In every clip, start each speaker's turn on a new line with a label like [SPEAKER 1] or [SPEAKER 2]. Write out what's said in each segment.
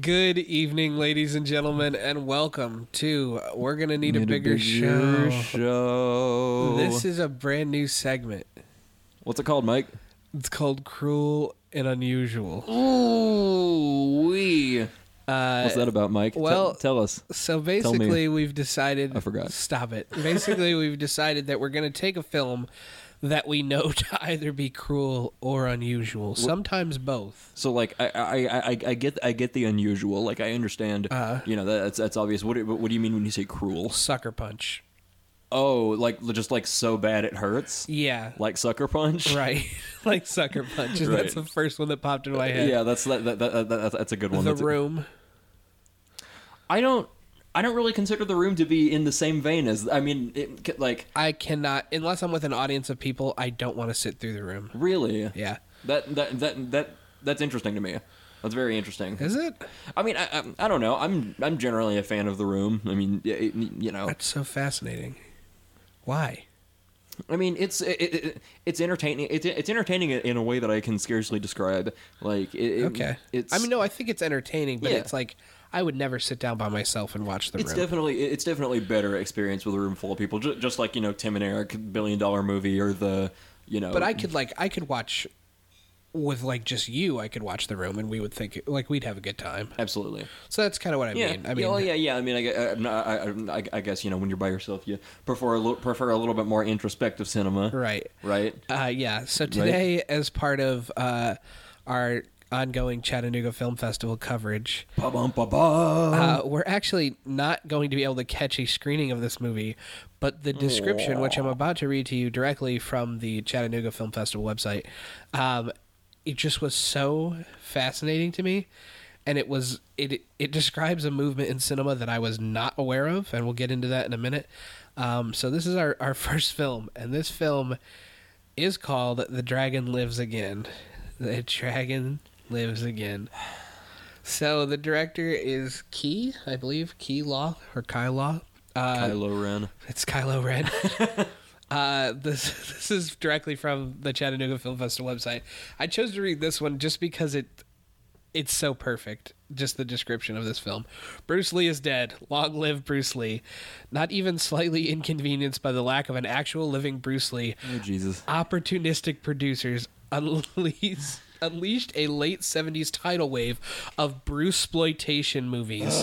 [SPEAKER 1] Good evening, ladies and gentlemen, and welcome to We're Gonna Need, a,
[SPEAKER 2] Need
[SPEAKER 1] bigger Show.
[SPEAKER 2] show.
[SPEAKER 1] This is a brand new segment.
[SPEAKER 2] What's it called, Mike?
[SPEAKER 1] It's called Cruel and Unusual.
[SPEAKER 2] Ooh wee.
[SPEAKER 1] Uh,
[SPEAKER 2] What's that about, Mike? Tell-
[SPEAKER 1] well-
[SPEAKER 2] tell, us.
[SPEAKER 1] So
[SPEAKER 2] me.
[SPEAKER 1] basically, we've decided.
[SPEAKER 2] I forgot.
[SPEAKER 1] Stop it. Basically, we've decided that we're going to take a film that we know to either be cruel or unusual, sometimes both.
[SPEAKER 2] So, like, I, I, I, I I get, I get the unusual. Like, I understand.
[SPEAKER 1] Uh-huh.
[SPEAKER 2] you know, that's that's obvious. What, do- what do you mean when you say cruel?
[SPEAKER 1] Sucker Punch.
[SPEAKER 2] Oh, like just like so bad it hurts,
[SPEAKER 1] Yeah.
[SPEAKER 2] like sucker punch.
[SPEAKER 1] Right. like Sucker Punch.
[SPEAKER 2] Right. Uh,
[SPEAKER 1] That's the first one that popped in my head.
[SPEAKER 2] Yeah, that's that, that, that, that that's a good one.
[SPEAKER 1] The
[SPEAKER 2] That's a-
[SPEAKER 1] Room.
[SPEAKER 2] I don't. I don't really consider the room to be in the same vein as. I mean, it, like
[SPEAKER 1] I cannot, unless I'm with an audience of people, I don't want to sit through the room.
[SPEAKER 2] really.
[SPEAKER 1] Yeah.
[SPEAKER 2] That that that that that's interesting to me. That's very interesting.
[SPEAKER 1] Is it?
[SPEAKER 2] I mean, I, I, I don't know. I'm I'm generally a fan of the room. I mean, y- y- you know,
[SPEAKER 1] That's so fascinating. Why?
[SPEAKER 2] I mean, it's it, it, it's entertaining. It's it's entertaining in a way that I can scarcely describe. Like, it, it-
[SPEAKER 1] Okay.
[SPEAKER 2] it's
[SPEAKER 1] I mean, no, I think it's entertaining, but
[SPEAKER 2] Yeah.
[SPEAKER 1] it's like I would never sit down by myself and watch the
[SPEAKER 2] It's
[SPEAKER 1] room.
[SPEAKER 2] definitely it's definitely a better experience with a room full of people, just, just like you know Tim and Eric billion dollar movie or the you know.
[SPEAKER 1] but I could like I could watch with like just you. I could watch the room, and we would think like we'd have a good time.
[SPEAKER 2] absolutely
[SPEAKER 1] So that's kind of what I
[SPEAKER 2] yeah
[SPEAKER 1] mean. I mean,
[SPEAKER 2] oh, yeah yeah I mean I, gue- I'm not- I, I, I, I guess you know when you're by yourself you prefer a little, prefer a little bit more introspective cinema
[SPEAKER 1] right.
[SPEAKER 2] right
[SPEAKER 1] Uh, yeah. So today, as part of uh, our ongoing Chattanooga Film Festival coverage,
[SPEAKER 2] ba bum ba ba
[SPEAKER 1] uh, we're actually not going to be able to catch a screening of this movie, but the description, which I'm about to read to you directly from the Chattanooga Film Festival website, um, it just was so fascinating to me, and it was it it describes a movement in cinema that I was not aware of, and we'll get into that in a minute. Um, so this is our our first film, and this film is called "The Dragon Lives Again." The dragon lives again. So the director is Key, I believe, Key Law or Kai Law. Uh,
[SPEAKER 2] Kylo Ren
[SPEAKER 1] It's Kylo Ren. uh, this this is directly from the Chattanooga Film Festival website. I chose to read this one just because it it's so perfect. Just the description of this film. Bruce Lee is dead. Long live Bruce Lee. Not even slightly inconvenienced by the lack of an actual living Bruce Lee,
[SPEAKER 2] oh Jesus
[SPEAKER 1] opportunistic producers unleashed unleashed a late 70s tidal wave of Bruce exploitation movies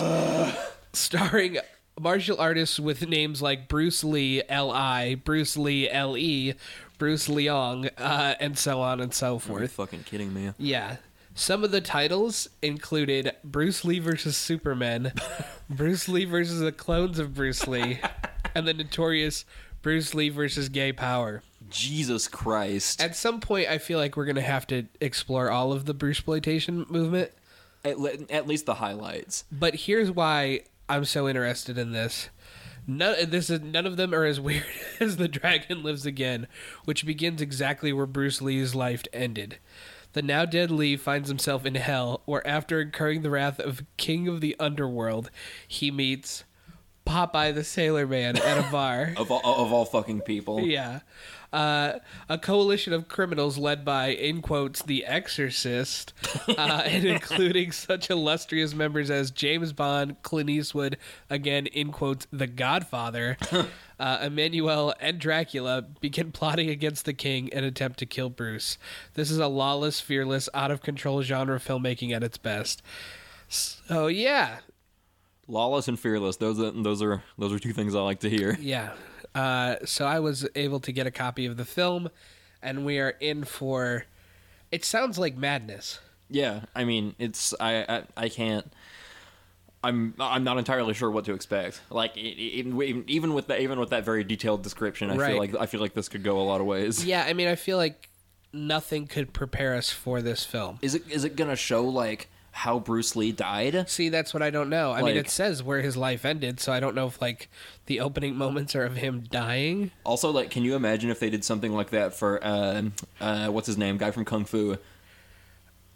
[SPEAKER 1] starring martial artists with names like Bruce Lee LI, Bruce Lee LE, Bruce Leong, uh, and so on and
[SPEAKER 2] Are
[SPEAKER 1] so
[SPEAKER 2] you
[SPEAKER 1] forth.
[SPEAKER 2] fucking kidding me?
[SPEAKER 1] Yeah. Some of the titles included Bruce Lee versus Superman, Bruce Lee versus the clones of Bruce Lee, and the notorious Bruce Lee versus Gay Power.
[SPEAKER 2] Jesus Christ!
[SPEAKER 1] At some point, I feel like we're gonna have to explore all of the Bruce exploitation movement.
[SPEAKER 2] At, le- at least the highlights.
[SPEAKER 1] But here's why I'm so interested in this. None, this is none of them are as weird as the dragon lives again, which begins exactly where Bruce Lee's life ended. The now dead Lee finds himself in hell, where after incurring the wrath of King of the Underworld, he meets Popeye the Sailor Man at a bar.
[SPEAKER 2] Of all, of all fucking people.
[SPEAKER 1] Yeah. Uh, a coalition of criminals led by, in quotes, the exorcist, uh, and including such illustrious members as James Bond, Clint Eastwood, again, in quotes, the Godfather, uh, Emmanuel, and Dracula, begin plotting against the king and attempt to kill Bruce. This is a lawless, fearless, out of control genre filmmaking at its best. So, yeah.
[SPEAKER 2] Lawless and fearless. Those are, those are those are two things I like to hear.
[SPEAKER 1] Yeah. Uh, so I was able to get a copy of the film, and we are in for. It sounds like madness.
[SPEAKER 2] Yeah, I mean, it's I I, I can't. I'm I'm not entirely sure what to expect. Like e- e- even even with that even with that very detailed description, I
[SPEAKER 1] Right.
[SPEAKER 2] feel like I feel like this could go a lot of ways.
[SPEAKER 1] Yeah, I mean, I feel like nothing could prepare us for this film.
[SPEAKER 2] Is it is it gonna show like how Bruce Lee died?
[SPEAKER 1] See, that's what I don't know. I mean,
[SPEAKER 2] Like-
[SPEAKER 1] it says where his life ended, so I don't know if like the opening moments are of him dying.
[SPEAKER 2] Also, like, can you imagine if they did something like that for uh, uh what's his name, guy from Kung Fu?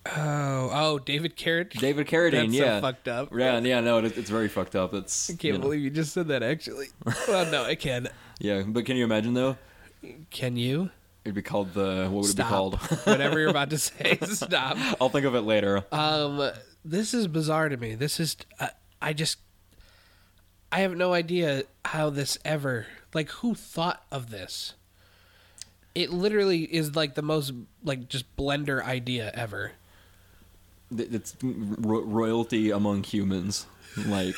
[SPEAKER 1] Oh, oh, David Carradine.
[SPEAKER 2] David Carradine,
[SPEAKER 1] That's so
[SPEAKER 2] yeah,
[SPEAKER 1] fucked up.
[SPEAKER 2] Yeah, yeah, no, it, it's very fucked up. It's
[SPEAKER 1] I can't
[SPEAKER 2] you know.
[SPEAKER 1] believe you just said that. Actually, well, no, I can.
[SPEAKER 2] yeah, but can you imagine though?
[SPEAKER 1] Can you
[SPEAKER 2] It'd be called the what would
[SPEAKER 1] stop?
[SPEAKER 2] it be called?
[SPEAKER 1] Whatever you're about to say, stop.
[SPEAKER 2] I'll think of it later.
[SPEAKER 1] Um, this is bizarre to me. This is uh, I just I have no idea how this ever like who thought of this. It literally is like the most like just blender idea ever.
[SPEAKER 2] Th- It's ro- royalty among humans. Like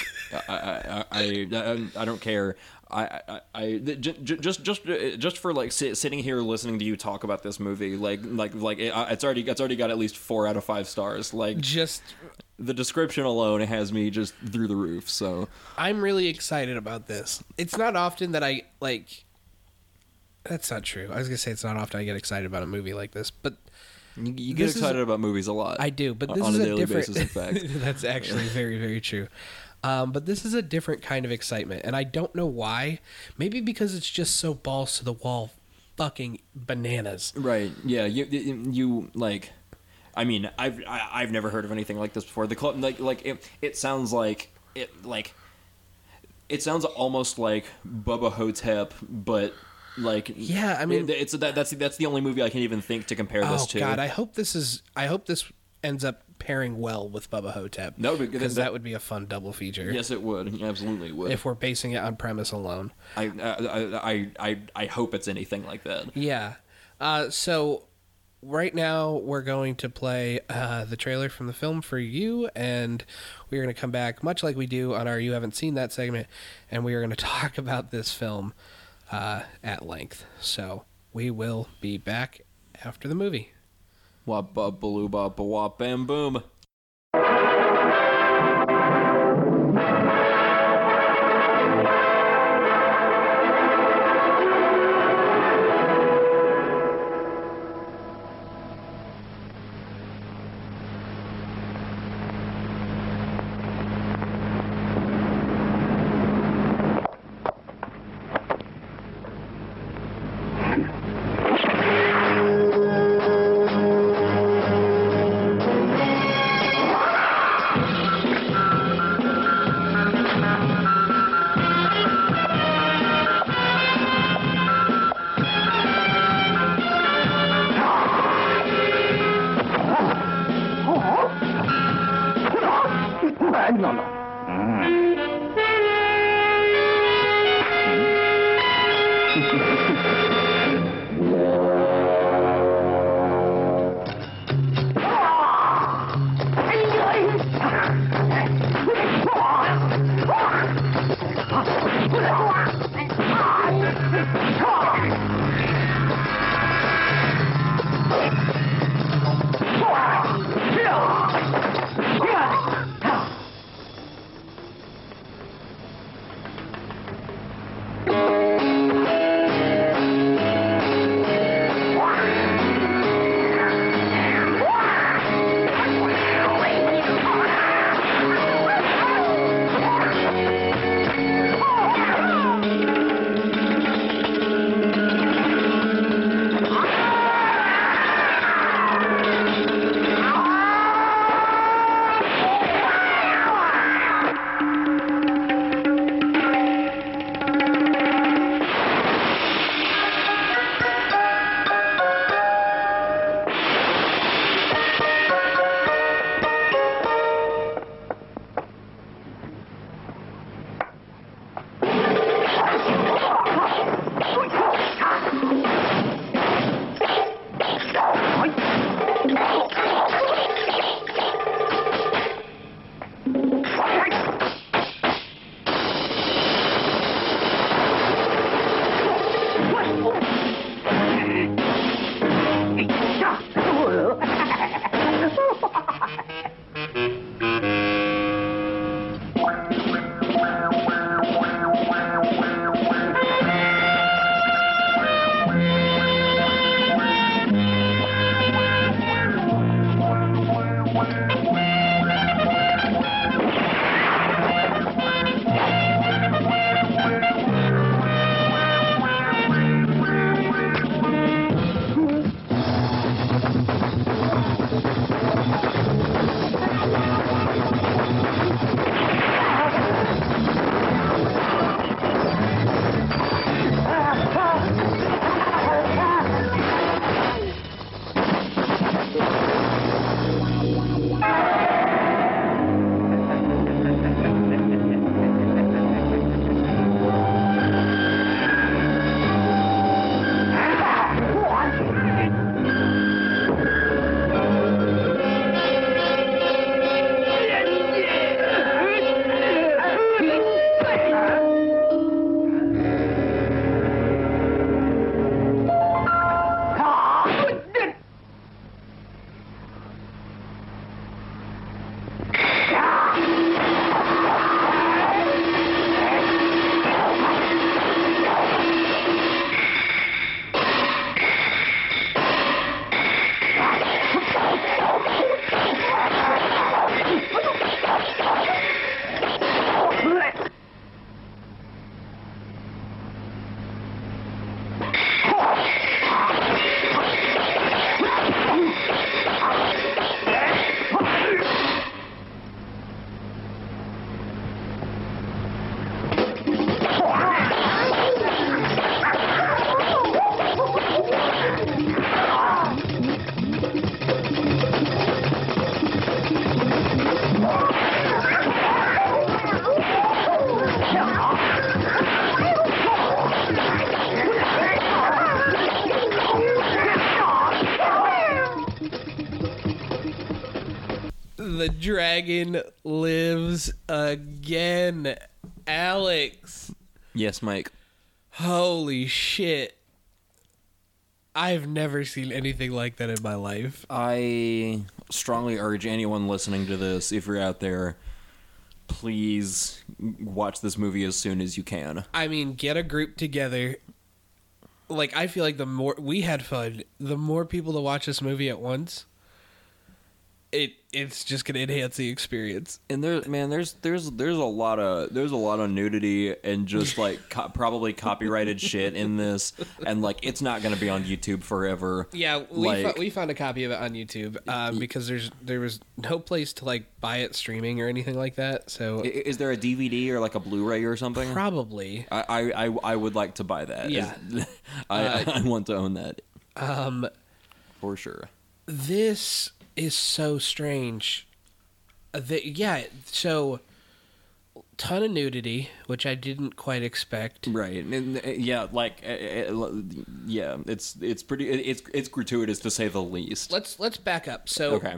[SPEAKER 2] I, I, I, I, I don't care. I, I, I j- j- just, just, uh, just for like sit, sitting here listening to you talk about this movie, like, like, like it, I- it's already, it's already got at least four out of five stars. Like
[SPEAKER 1] Just
[SPEAKER 2] the description alone has me just through the roof. So
[SPEAKER 1] I'm really excited about this. It's not often that I like that's not true. I was going to say it's not often I get excited about a movie like this, but
[SPEAKER 2] you, you get
[SPEAKER 1] This is-
[SPEAKER 2] excited about movies a lot.
[SPEAKER 1] I do, but
[SPEAKER 2] o-
[SPEAKER 1] this
[SPEAKER 2] on
[SPEAKER 1] is
[SPEAKER 2] a
[SPEAKER 1] a
[SPEAKER 2] daily
[SPEAKER 1] different.
[SPEAKER 2] basis. In fact,
[SPEAKER 1] that's actually very, very true. Um, but this is a different kind of excitement, and I don't know why. Maybe because it's just so balls to the wall, fucking bananas.
[SPEAKER 2] Right. Yeah. You you you, like. I mean, I've I, I've never heard of anything like this before. The club like like it, it sounds like it like it sounds almost like Bubba Hotep, but like
[SPEAKER 1] Yeah, I mean-
[SPEAKER 2] it- it's that that's that's the only movie I can even think to compare
[SPEAKER 1] Oh
[SPEAKER 2] this to.
[SPEAKER 1] God, I hope this is. I hope this ends up pairing well with Bubba Hotep.
[SPEAKER 2] That would be good.
[SPEAKER 1] because
[SPEAKER 2] That-
[SPEAKER 1] that would be a fun double feature.
[SPEAKER 2] yes, it would. Absolutely would.
[SPEAKER 1] If we're basing it on premise alone.
[SPEAKER 2] I, I I I I hope it's anything like that.
[SPEAKER 1] Yeah. Uh, so right now we're going to play uh, the trailer from the film for you, and we're going to come back much like we do on our "You Haven't Seen That" segment, and we are going to talk about this film uh, at length. So we will be back after the movie.
[SPEAKER 2] Wop ba baloo ba ba wop bam boom.
[SPEAKER 3] No, no. Oh!
[SPEAKER 1] the dragon lives again, Alex.
[SPEAKER 2] Yes, Mike.
[SPEAKER 1] Holy shit. I've never seen anything like that in my life.
[SPEAKER 2] I strongly urge anyone listening to this, if you're out there, please watch this movie as soon as you can.
[SPEAKER 1] I mean, get a group together. Like, I feel like the more we had fun, the more people to watch this movie at once, it it's just gonna enhance the experience.
[SPEAKER 2] And there, man, there's there's there's a lot of there's a lot of nudity and just like co- probably copyrighted shit in this, and like it's not gonna be on YouTube forever.
[SPEAKER 1] Yeah, we
[SPEAKER 2] like,
[SPEAKER 1] fo- we found a copy of it on YouTube um, because there's there was no place to like buy it streaming or anything like that. So
[SPEAKER 2] i- is there a DVD or like a Blu-ray or something?
[SPEAKER 1] probably
[SPEAKER 2] I, I, I- I would like to buy that.
[SPEAKER 1] Yeah. Uh,
[SPEAKER 2] I, I want to own that
[SPEAKER 1] um,
[SPEAKER 2] for sure.
[SPEAKER 1] this is so strange. Uh, The, yeah, so ton of nudity, which I didn't quite expect.
[SPEAKER 2] Right. And, uh, yeah, like uh, uh, yeah, it's it's pretty it- it's it's gratuitous to say the least.
[SPEAKER 1] Let's let's back up. So
[SPEAKER 2] okay.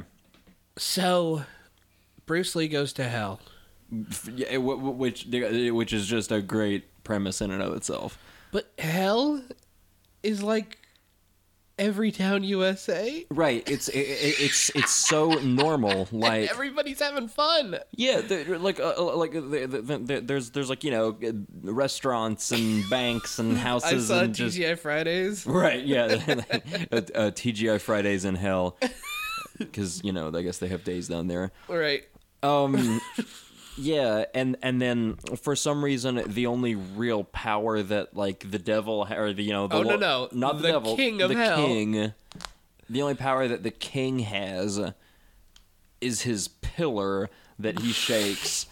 [SPEAKER 1] so Bruce Lee goes to hell.
[SPEAKER 2] F- Yeah, it- wh- wh- which eh, which is just a great premise in and of itself.
[SPEAKER 1] But hell is like every town USA.
[SPEAKER 2] Right. It's it, it- it's it's so normal like
[SPEAKER 1] Everybody's having fun.
[SPEAKER 2] Yeah, there- like uh, uh, like uh, there- there- there- there's there's like you know uh, restaurants and banks and
[SPEAKER 1] I
[SPEAKER 2] houses
[SPEAKER 1] saw
[SPEAKER 2] and just
[SPEAKER 1] TGI Fridays.
[SPEAKER 2] Right, yeah. uh, uh, TGI Fridays in hell. Because, you know, I guess they have days down there.
[SPEAKER 1] Right.
[SPEAKER 2] Um, yeah, and, and then for some reason, the only real power that, like, the devil, ha- or the, you know, the
[SPEAKER 1] Oh, no,
[SPEAKER 2] lo-
[SPEAKER 1] no,
[SPEAKER 2] Not the,
[SPEAKER 1] the
[SPEAKER 2] devil.
[SPEAKER 1] king of
[SPEAKER 2] the
[SPEAKER 1] hell.
[SPEAKER 2] king. The only power that the king has is his pillar that he shakes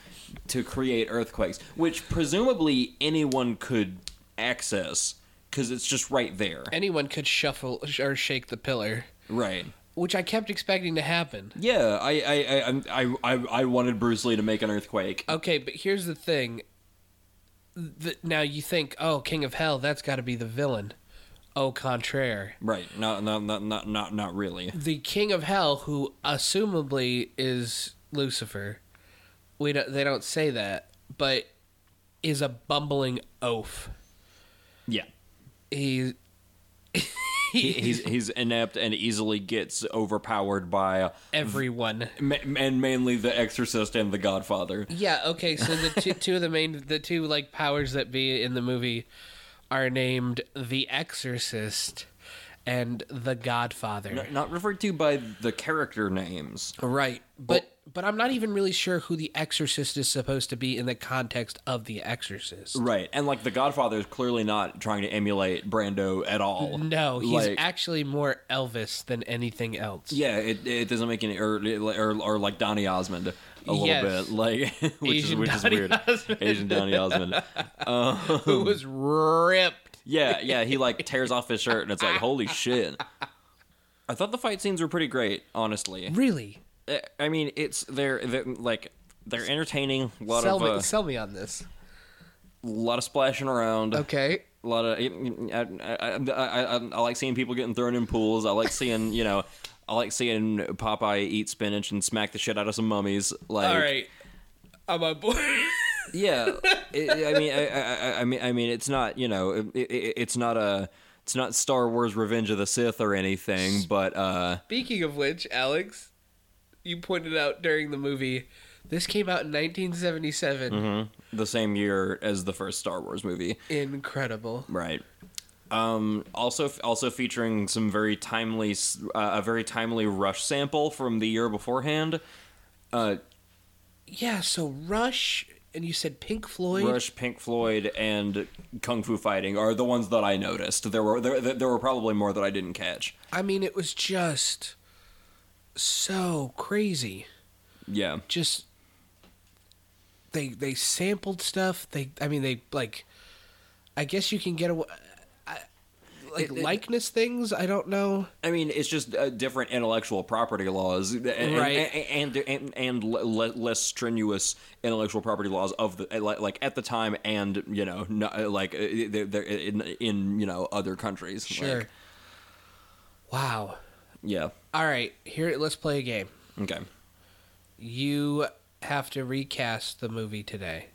[SPEAKER 2] to create earthquakes, which presumably anyone could access because it's just right there.
[SPEAKER 1] Anyone could shuffle sh- or shake the pillar,
[SPEAKER 2] Right.
[SPEAKER 1] which I kept expecting to happen.
[SPEAKER 2] Yeah, I I I I'm- I I, I wanted Bruce Lee to make an earthquake.
[SPEAKER 1] Okay, but here's the thing. The, now you think, oh, King of Hell, that's got to be the villain. Au contraire.
[SPEAKER 2] Right. Not not not not not not really.
[SPEAKER 1] The King of Hell, who assumably is Lucifer, we don't, they don't say that, but is a bumbling oaf.
[SPEAKER 2] Yeah.
[SPEAKER 1] He,
[SPEAKER 2] He, he's he's inept and easily gets overpowered by
[SPEAKER 1] everyone.
[SPEAKER 2] ma- and mainly the Exorcist and the Godfather.
[SPEAKER 1] Yeah. Okay. So the two, two of the main, the two like powers that be in the movie are named the Exorcist and the Godfather.
[SPEAKER 2] Not, not referred to by the character names.
[SPEAKER 1] Right. But
[SPEAKER 2] Oh.
[SPEAKER 1] but I'm not even really sure who the Exorcist is supposed to be in the context of the Exorcist.
[SPEAKER 2] Right. And like the Godfather is clearly not trying to emulate Brando at all.
[SPEAKER 1] No, he's
[SPEAKER 2] Like-
[SPEAKER 1] actually more Elvis than anything else.
[SPEAKER 2] Yeah, it, it doesn't make any or or, or like Donny Osmond a little
[SPEAKER 1] Yes.
[SPEAKER 2] bit like which is
[SPEAKER 1] Asian
[SPEAKER 2] which is
[SPEAKER 1] Donny
[SPEAKER 2] weird.
[SPEAKER 1] Osmond.
[SPEAKER 2] Asian Donny Osmond.
[SPEAKER 1] Who was ripped.
[SPEAKER 2] Yeah, yeah, he like tears off his shirt and it's like, holy shit. I thought the fight scenes were pretty great, honestly.
[SPEAKER 1] Really?
[SPEAKER 2] Uh, I mean, it's they're, they're like they're entertaining, a lot
[SPEAKER 1] Sell
[SPEAKER 2] of
[SPEAKER 1] me
[SPEAKER 2] uh,
[SPEAKER 1] sell me on this.
[SPEAKER 2] lot of splashing around,
[SPEAKER 1] Okay.
[SPEAKER 2] a lot of I, I, I, I, I like seeing people getting thrown in pools. I like seeing you know, I like seeing Popeye eat spinach and smack the shit out of some mummies. Like,
[SPEAKER 1] All right. I'm on board.
[SPEAKER 2] yeah it, i mean I, I, I- I mean i mean it's not you know it, it, it's not a it's not star wars revenge of the sith or anything but uh
[SPEAKER 1] Speaking of which, Alex, you pointed out during the movie, this came out in 1977.
[SPEAKER 2] Mm-hmm. the same year as the first star wars movie
[SPEAKER 1] Incredible.
[SPEAKER 2] right um also also featuring some very timely s- uh, a very timely rush sample from the year beforehand uh
[SPEAKER 1] Yeah, so Rush, and you said Pink Floyd.
[SPEAKER 2] Rush, Pink Floyd, and Kung Fu Fighting are the ones that I noticed. There were there, there were probably more that I didn't catch.
[SPEAKER 1] I mean, it was just so crazy.
[SPEAKER 2] Yeah,
[SPEAKER 1] Just they they sampled stuff. They, I mean, they like. I guess you can get away. Like
[SPEAKER 2] It- it-
[SPEAKER 1] likeness things, I don't know.
[SPEAKER 2] I mean, it's just uh, different intellectual property laws, and,
[SPEAKER 1] Right.
[SPEAKER 2] And and, and, and le- le- less strenuous intellectual property laws of the like like at the time, and you know, no, like uh, they're, they're in, in you know other countries.
[SPEAKER 1] Sure.
[SPEAKER 2] Like,
[SPEAKER 1] wow.
[SPEAKER 2] yeah.
[SPEAKER 1] All right, here let's play a game.
[SPEAKER 2] Okay.
[SPEAKER 1] you have to recast the movie today.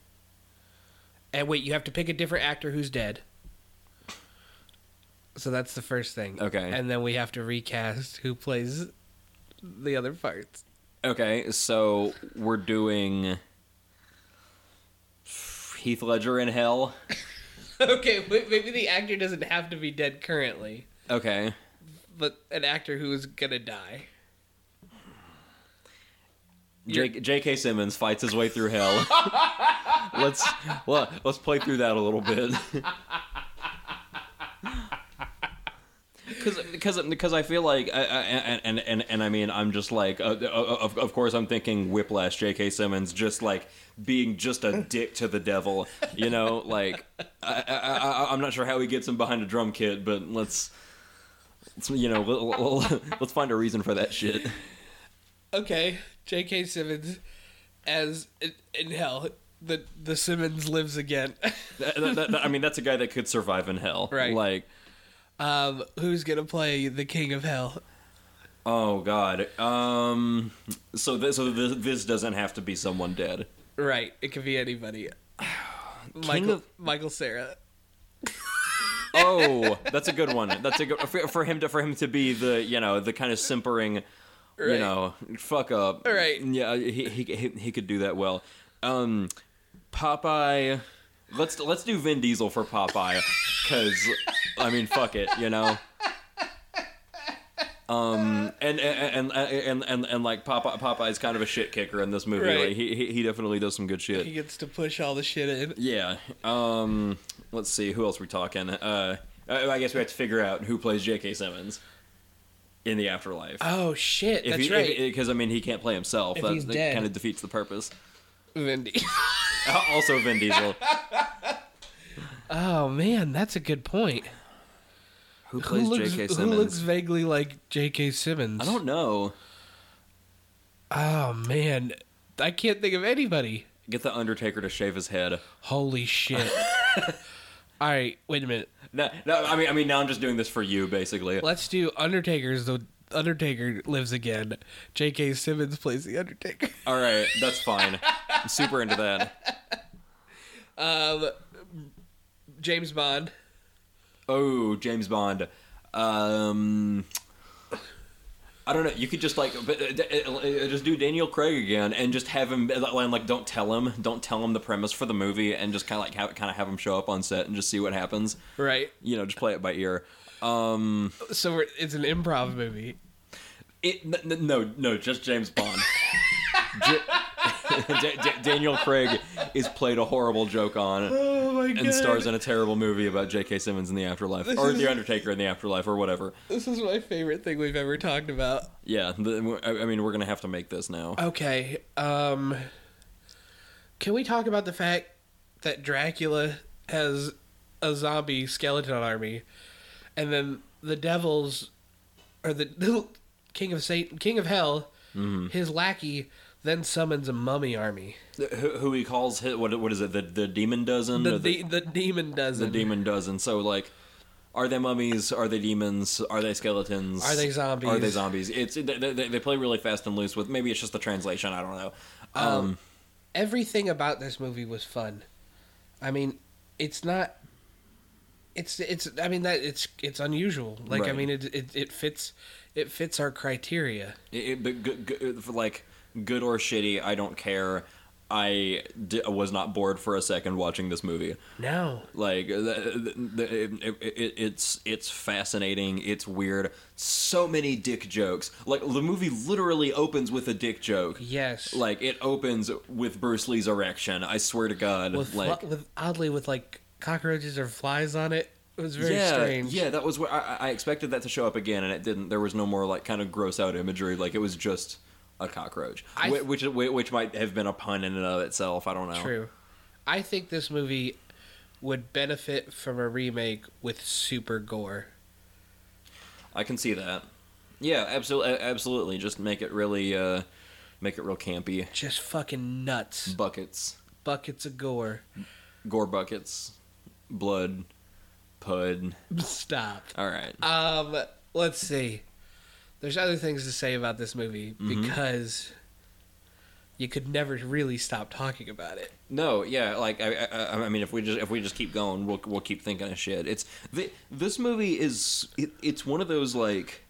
[SPEAKER 1] And wait, you have to pick a different actor who's dead. So that's the first thing.
[SPEAKER 2] Okay.
[SPEAKER 1] And then we have to recast who plays the other parts.
[SPEAKER 2] Okay, so we're doing Heath Ledger in hell.
[SPEAKER 1] Okay, wait, maybe the actor doesn't have to be dead currently,
[SPEAKER 2] Okay.
[SPEAKER 1] but an actor who is gonna die.
[SPEAKER 2] J- J.K. Simmons fights his way through hell. let's well, let's play through that a little bit. Because because I feel like I, I, and, and and and I mean I'm just like uh, uh, of of course I'm thinking Whiplash J.K. Simmons just like being just a dick to the devil you know like I, I, I, I'm not sure how he gets him behind a drum kit but let's, let's you know let, let, let's find a reason for that shit
[SPEAKER 1] Okay, J.K. Simmons as in, in hell. The the Simmons lives again.
[SPEAKER 2] That- that- that- I mean, that's a guy that could survive in hell.
[SPEAKER 1] Right.
[SPEAKER 2] Like,
[SPEAKER 1] um, who's gonna play the king of hell?
[SPEAKER 2] oh god. Um. So this, so this, this doesn't have to be someone dead.
[SPEAKER 1] Right, it could be anybody. Michael
[SPEAKER 2] of-
[SPEAKER 1] Michael Sarah.
[SPEAKER 2] Oh, that's a good one. That's a good for, for him to for him to be the you know the kind of simpering, you
[SPEAKER 1] Right.
[SPEAKER 2] know, fuck up.
[SPEAKER 1] Right.
[SPEAKER 2] Yeah. He he he, he could do that well. Um, Popeye. Let's let's do Vin Diesel for Popeye, because I mean, fuck it, you know. Um and and and and and, and like Popeye, Popeye's kind of a shit kicker in this movie.
[SPEAKER 1] Right.
[SPEAKER 2] Like, he, he he definitely does some good shit.
[SPEAKER 1] He gets to push all the shit in.
[SPEAKER 2] Yeah. Um. Let's see. Who else we talking? Uh. I I guess we have to figure out who plays J.K. Simmons in the afterlife.
[SPEAKER 1] Oh shit!
[SPEAKER 2] If
[SPEAKER 1] that's
[SPEAKER 2] he,
[SPEAKER 1] right.
[SPEAKER 2] Because I mean, he can't play himself.
[SPEAKER 1] If
[SPEAKER 2] that
[SPEAKER 1] he's dead.
[SPEAKER 2] kind of defeats the purpose.
[SPEAKER 1] Vindy.
[SPEAKER 2] Uh, also, Vin Diesel.
[SPEAKER 1] Oh man, that's a good point.
[SPEAKER 2] Who
[SPEAKER 1] Who
[SPEAKER 2] plays
[SPEAKER 1] looks,
[SPEAKER 2] J.K.
[SPEAKER 1] who
[SPEAKER 2] Simmons?
[SPEAKER 1] looks vaguely like J.K. Simmons?
[SPEAKER 2] I don't know.
[SPEAKER 1] Oh man, I can't think of anybody.
[SPEAKER 2] Get the Undertaker to shave his head.
[SPEAKER 1] Holy shit! All right, wait a minute.
[SPEAKER 2] No, no. I mean, I mean, now I'm just doing this for you, basically.
[SPEAKER 1] Let's do Undertaker's. The Undertaker lives again. J.K. Simmons plays the Undertaker.
[SPEAKER 2] All right, that's fine. I'm super into that.
[SPEAKER 1] James Bond.
[SPEAKER 2] Oh, James Bond. Um, I don't know. You could just like, but, uh, uh, uh, just do Daniel Craig again, and just have him uh, and like, don't tell him, don't tell him the premise for the movie, and just kind of like, have, kind of have him show up on set and just see what happens.
[SPEAKER 1] Right.
[SPEAKER 2] You know, just play it by ear.
[SPEAKER 1] So we're, it's an improv movie.
[SPEAKER 2] It, n- n- no, no, just James Bond. J- D- D- Daniel Craig is played a horrible joke on.
[SPEAKER 1] Oh my god!
[SPEAKER 2] And stars in a terrible movie about J.K. Simmons in the afterlife, or The Undertaker in the afterlife, or whatever.
[SPEAKER 1] This is my favorite thing we've ever talked about.
[SPEAKER 2] Yeah, the, I I mean, we're gonna have to make this now.
[SPEAKER 1] Uh, Okay. Um Can we talk about the fact that Dracula has a zombie skeleton army and then the devils or the, the king of Satan king of hell
[SPEAKER 2] Mm-hmm.
[SPEAKER 1] his lackey then summons a mummy army.
[SPEAKER 2] Th- Who, who he calls hi- what? What is it? The the demon dozen.
[SPEAKER 1] The
[SPEAKER 2] or
[SPEAKER 1] the, the demon
[SPEAKER 2] the
[SPEAKER 1] dozen.
[SPEAKER 2] demon dozen. So like, are they mummies? Are they demons? Are they skeletons?
[SPEAKER 1] Are they zombies?
[SPEAKER 2] Are they zombies? It's they, they, they play really fast and loose with. Maybe it's just the translation. I don't know.
[SPEAKER 1] Oh,
[SPEAKER 2] Um,
[SPEAKER 1] Everything about this movie was fun. I mean, it's not it's it's I mean that it's it's unusual. Like I
[SPEAKER 2] Right.
[SPEAKER 1] mean it, it it fits it fits our criteria.
[SPEAKER 2] it, it- but good, good, for, like good or shitty, I don't care. I d- was not bored for a second watching this movie.
[SPEAKER 1] No.
[SPEAKER 2] Like the, the, the, it, it, it's it's fascinating. It's weird. So many dick jokes. Like the movie literally opens with a dick joke.
[SPEAKER 1] Yes.
[SPEAKER 2] Like it opens with Bruce Lee's erection. I swear to God.
[SPEAKER 1] with, fl-
[SPEAKER 2] like
[SPEAKER 1] with oddly with like cockroaches or flies on it. It was very
[SPEAKER 2] yeah,
[SPEAKER 1] strange.
[SPEAKER 2] yeah. That was where I, I expected that to show up again, and it didn't. There was no more like kind of gross out imagery. Like it was just a cockroach,
[SPEAKER 1] I-
[SPEAKER 2] whi- which whi- which might have been a pun in and of itself. I don't know.
[SPEAKER 1] True. I think this movie would benefit from a remake with super gore.
[SPEAKER 2] I can see that. Yeah, absolutely, absolutely. Just make it really, uh, make it real campy.
[SPEAKER 1] Just fucking
[SPEAKER 2] Mm.
[SPEAKER 1] nuts.
[SPEAKER 2] Buckets.
[SPEAKER 1] Buckets of gore.
[SPEAKER 2] gore buckets, blood, pud.
[SPEAKER 1] Stop.
[SPEAKER 2] All right.
[SPEAKER 1] Um,
[SPEAKER 2] Mm-hmm.
[SPEAKER 1] let's see. There's other things to say about this movie because you could never really stop talking about it.
[SPEAKER 2] No, yeah, like I, I, I mean, if we just if we just keep going, we'll we'll keep thinking of shit. It's th- this movie is it, it's one of those like.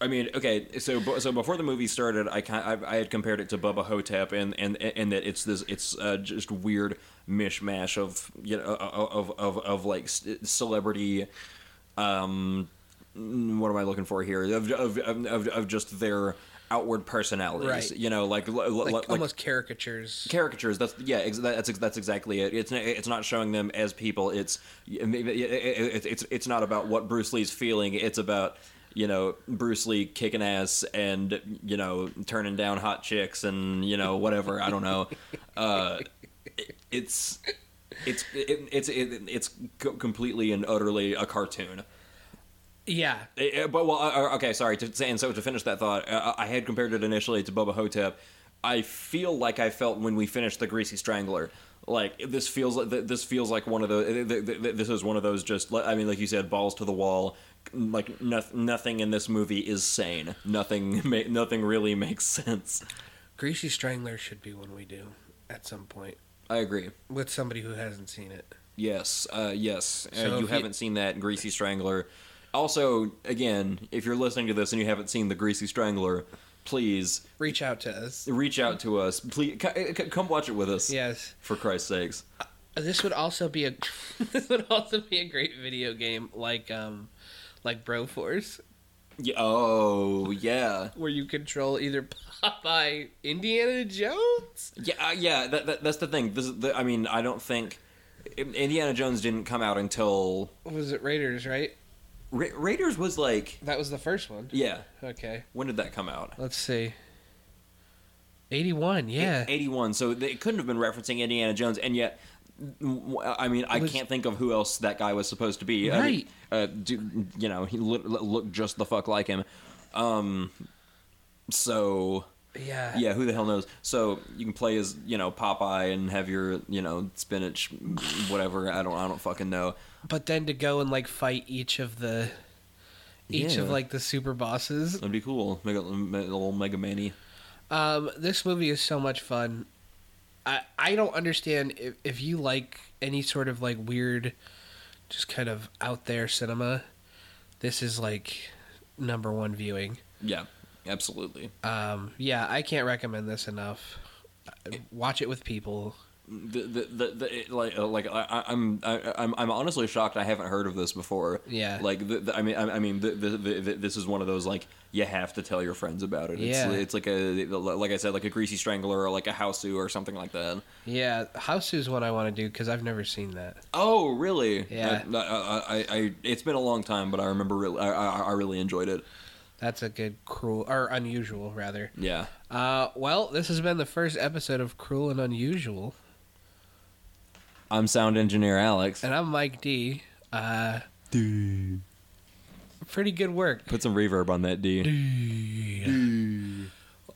[SPEAKER 2] I mean, okay, so bu- so before the movie started, I kind I, I had compared it to Bubba Hotep, and and and that it's this it's uh, just weird mishmash of you know of of of, of like c- celebrity. Um, what am I looking for here? Of of of, of, of just their outward personalities,
[SPEAKER 1] Right.
[SPEAKER 2] you know, like like,
[SPEAKER 1] Like,
[SPEAKER 2] like
[SPEAKER 1] almost caricatures.
[SPEAKER 2] caricatures. That's yeah. Ex- that's ex- that's exactly it. It's n- it's not showing them as people. It's maybe it- it- it- it's it's not about what Bruce Lee's feeling. It's about you know Bruce Lee kicking ass and you know turning down hot chicks and you know whatever. I don't know. Uh, it- it's. It's it, it's it, it's co- completely and utterly a cartoon.
[SPEAKER 1] yeah.
[SPEAKER 2] Eh, eh, but well, uh, uh, okay, sorry. To, and so to finish that thought, uh, I had compared it initially to Bubba Hotep. I feel like I felt when we finished the Greasy Strangler. Like this feels like th- this feels like one of the th- th- th- this is one of those just like- I mean like you said balls to the wall like no- nothing in this movie is sane nothing ma- nothing really makes sense
[SPEAKER 1] Greasy Strangler should be one we do at some point
[SPEAKER 2] I agree
[SPEAKER 1] with somebody who hasn't seen it.
[SPEAKER 2] Yes, uh, yes. Uh,
[SPEAKER 1] So if
[SPEAKER 2] you
[SPEAKER 1] you-
[SPEAKER 2] haven't seen that Greasy Strangler. Also, again, if you're listening to this and you haven't seen the Greasy Strangler, please
[SPEAKER 1] Reach out to us.
[SPEAKER 2] reach out to us. Please c- c- come watch it with us.
[SPEAKER 1] Yes.
[SPEAKER 2] For Christ's sakes.
[SPEAKER 1] This would also be a this would also be a great video game like um like Broforce
[SPEAKER 2] Yeah, oh, yeah.
[SPEAKER 1] where you control either Popeye, Indiana Jones.
[SPEAKER 2] Yeah, uh, yeah. That, that, that's the thing. This is the, I mean, I don't think Indiana Jones didn't come out until
[SPEAKER 1] What was it Raiders, right?
[SPEAKER 2] Ra- Raiders was like
[SPEAKER 1] That was the first one.
[SPEAKER 2] yeah.
[SPEAKER 1] Okay.
[SPEAKER 2] When did that come out?
[SPEAKER 1] Let's see. 81, yeah.
[SPEAKER 2] 81 so they- it couldn't have been referencing indiana jones and yet w- i mean i
[SPEAKER 1] Was-
[SPEAKER 2] can't think of who else that guy was supposed to be I mean,
[SPEAKER 1] Right.
[SPEAKER 2] uh, do, you know he looked, looked just the fuck like him um so
[SPEAKER 1] yeah.
[SPEAKER 2] yeah who the hell knows so you can play as you know popeye and have your you know spinach whatever i don't i don't fucking know
[SPEAKER 1] But then to go and like fight each of the each of
[SPEAKER 2] Yeah.
[SPEAKER 1] like the super bosses.
[SPEAKER 2] that'd be cool make a, make a little mega mania
[SPEAKER 1] Um this movie is so much fun. I I don't understand if if you like any sort of like weird just kind of out there cinema. This is like number 1 viewing.
[SPEAKER 2] yeah absolutely
[SPEAKER 1] Um yeah, I can't recommend this enough. Watch it with people.
[SPEAKER 2] the, the, the, the it, like uh, like I, I- I'm I, I'm I'm honestly shocked I haven't heard of this before.
[SPEAKER 1] Yeah.
[SPEAKER 2] Like the, the, I mean I, I mean the, the, the, the, this is one of those like you have to tell your friends about it.
[SPEAKER 1] Yeah.
[SPEAKER 2] It's, it's like a like I said like a greasy strangler or like a houseu or something like that.
[SPEAKER 1] Yeah, House is one I want to do cuz I've never seen that.
[SPEAKER 2] Oh really?
[SPEAKER 1] Yeah.
[SPEAKER 2] I, uh, I, I, I it's been a long time, but I remember really I, I, I really enjoyed it.
[SPEAKER 1] That's a good cruel or unusual rather.
[SPEAKER 2] Yeah.
[SPEAKER 1] Uh, well, this has been the first episode of Cruel and Unusual,
[SPEAKER 2] I'm sound engineer Alex.
[SPEAKER 1] and I'm Mike D. Uh, pretty good work.
[SPEAKER 2] Put some reverb on that D.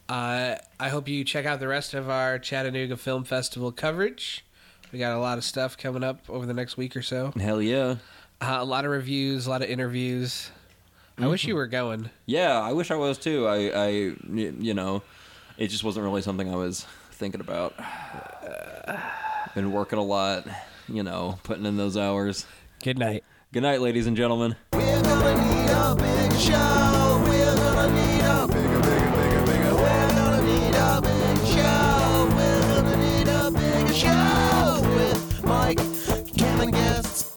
[SPEAKER 1] Uh, I hope you check out the rest of our Chattanooga Film Festival coverage. We got a lot of stuff coming up over the next week or so.
[SPEAKER 2] Hell yeah.
[SPEAKER 1] Uh, a lot of reviews, a lot of interviews. I wish you were going.
[SPEAKER 2] Yeah, I wish I was too. I, I, y- you know, it just wasn't really something I was thinking about. Been working a lot, you know, putting in those hours.
[SPEAKER 1] Good night.
[SPEAKER 2] Good night, ladies and gentlemen.
[SPEAKER 4] We're gonna need a big shot.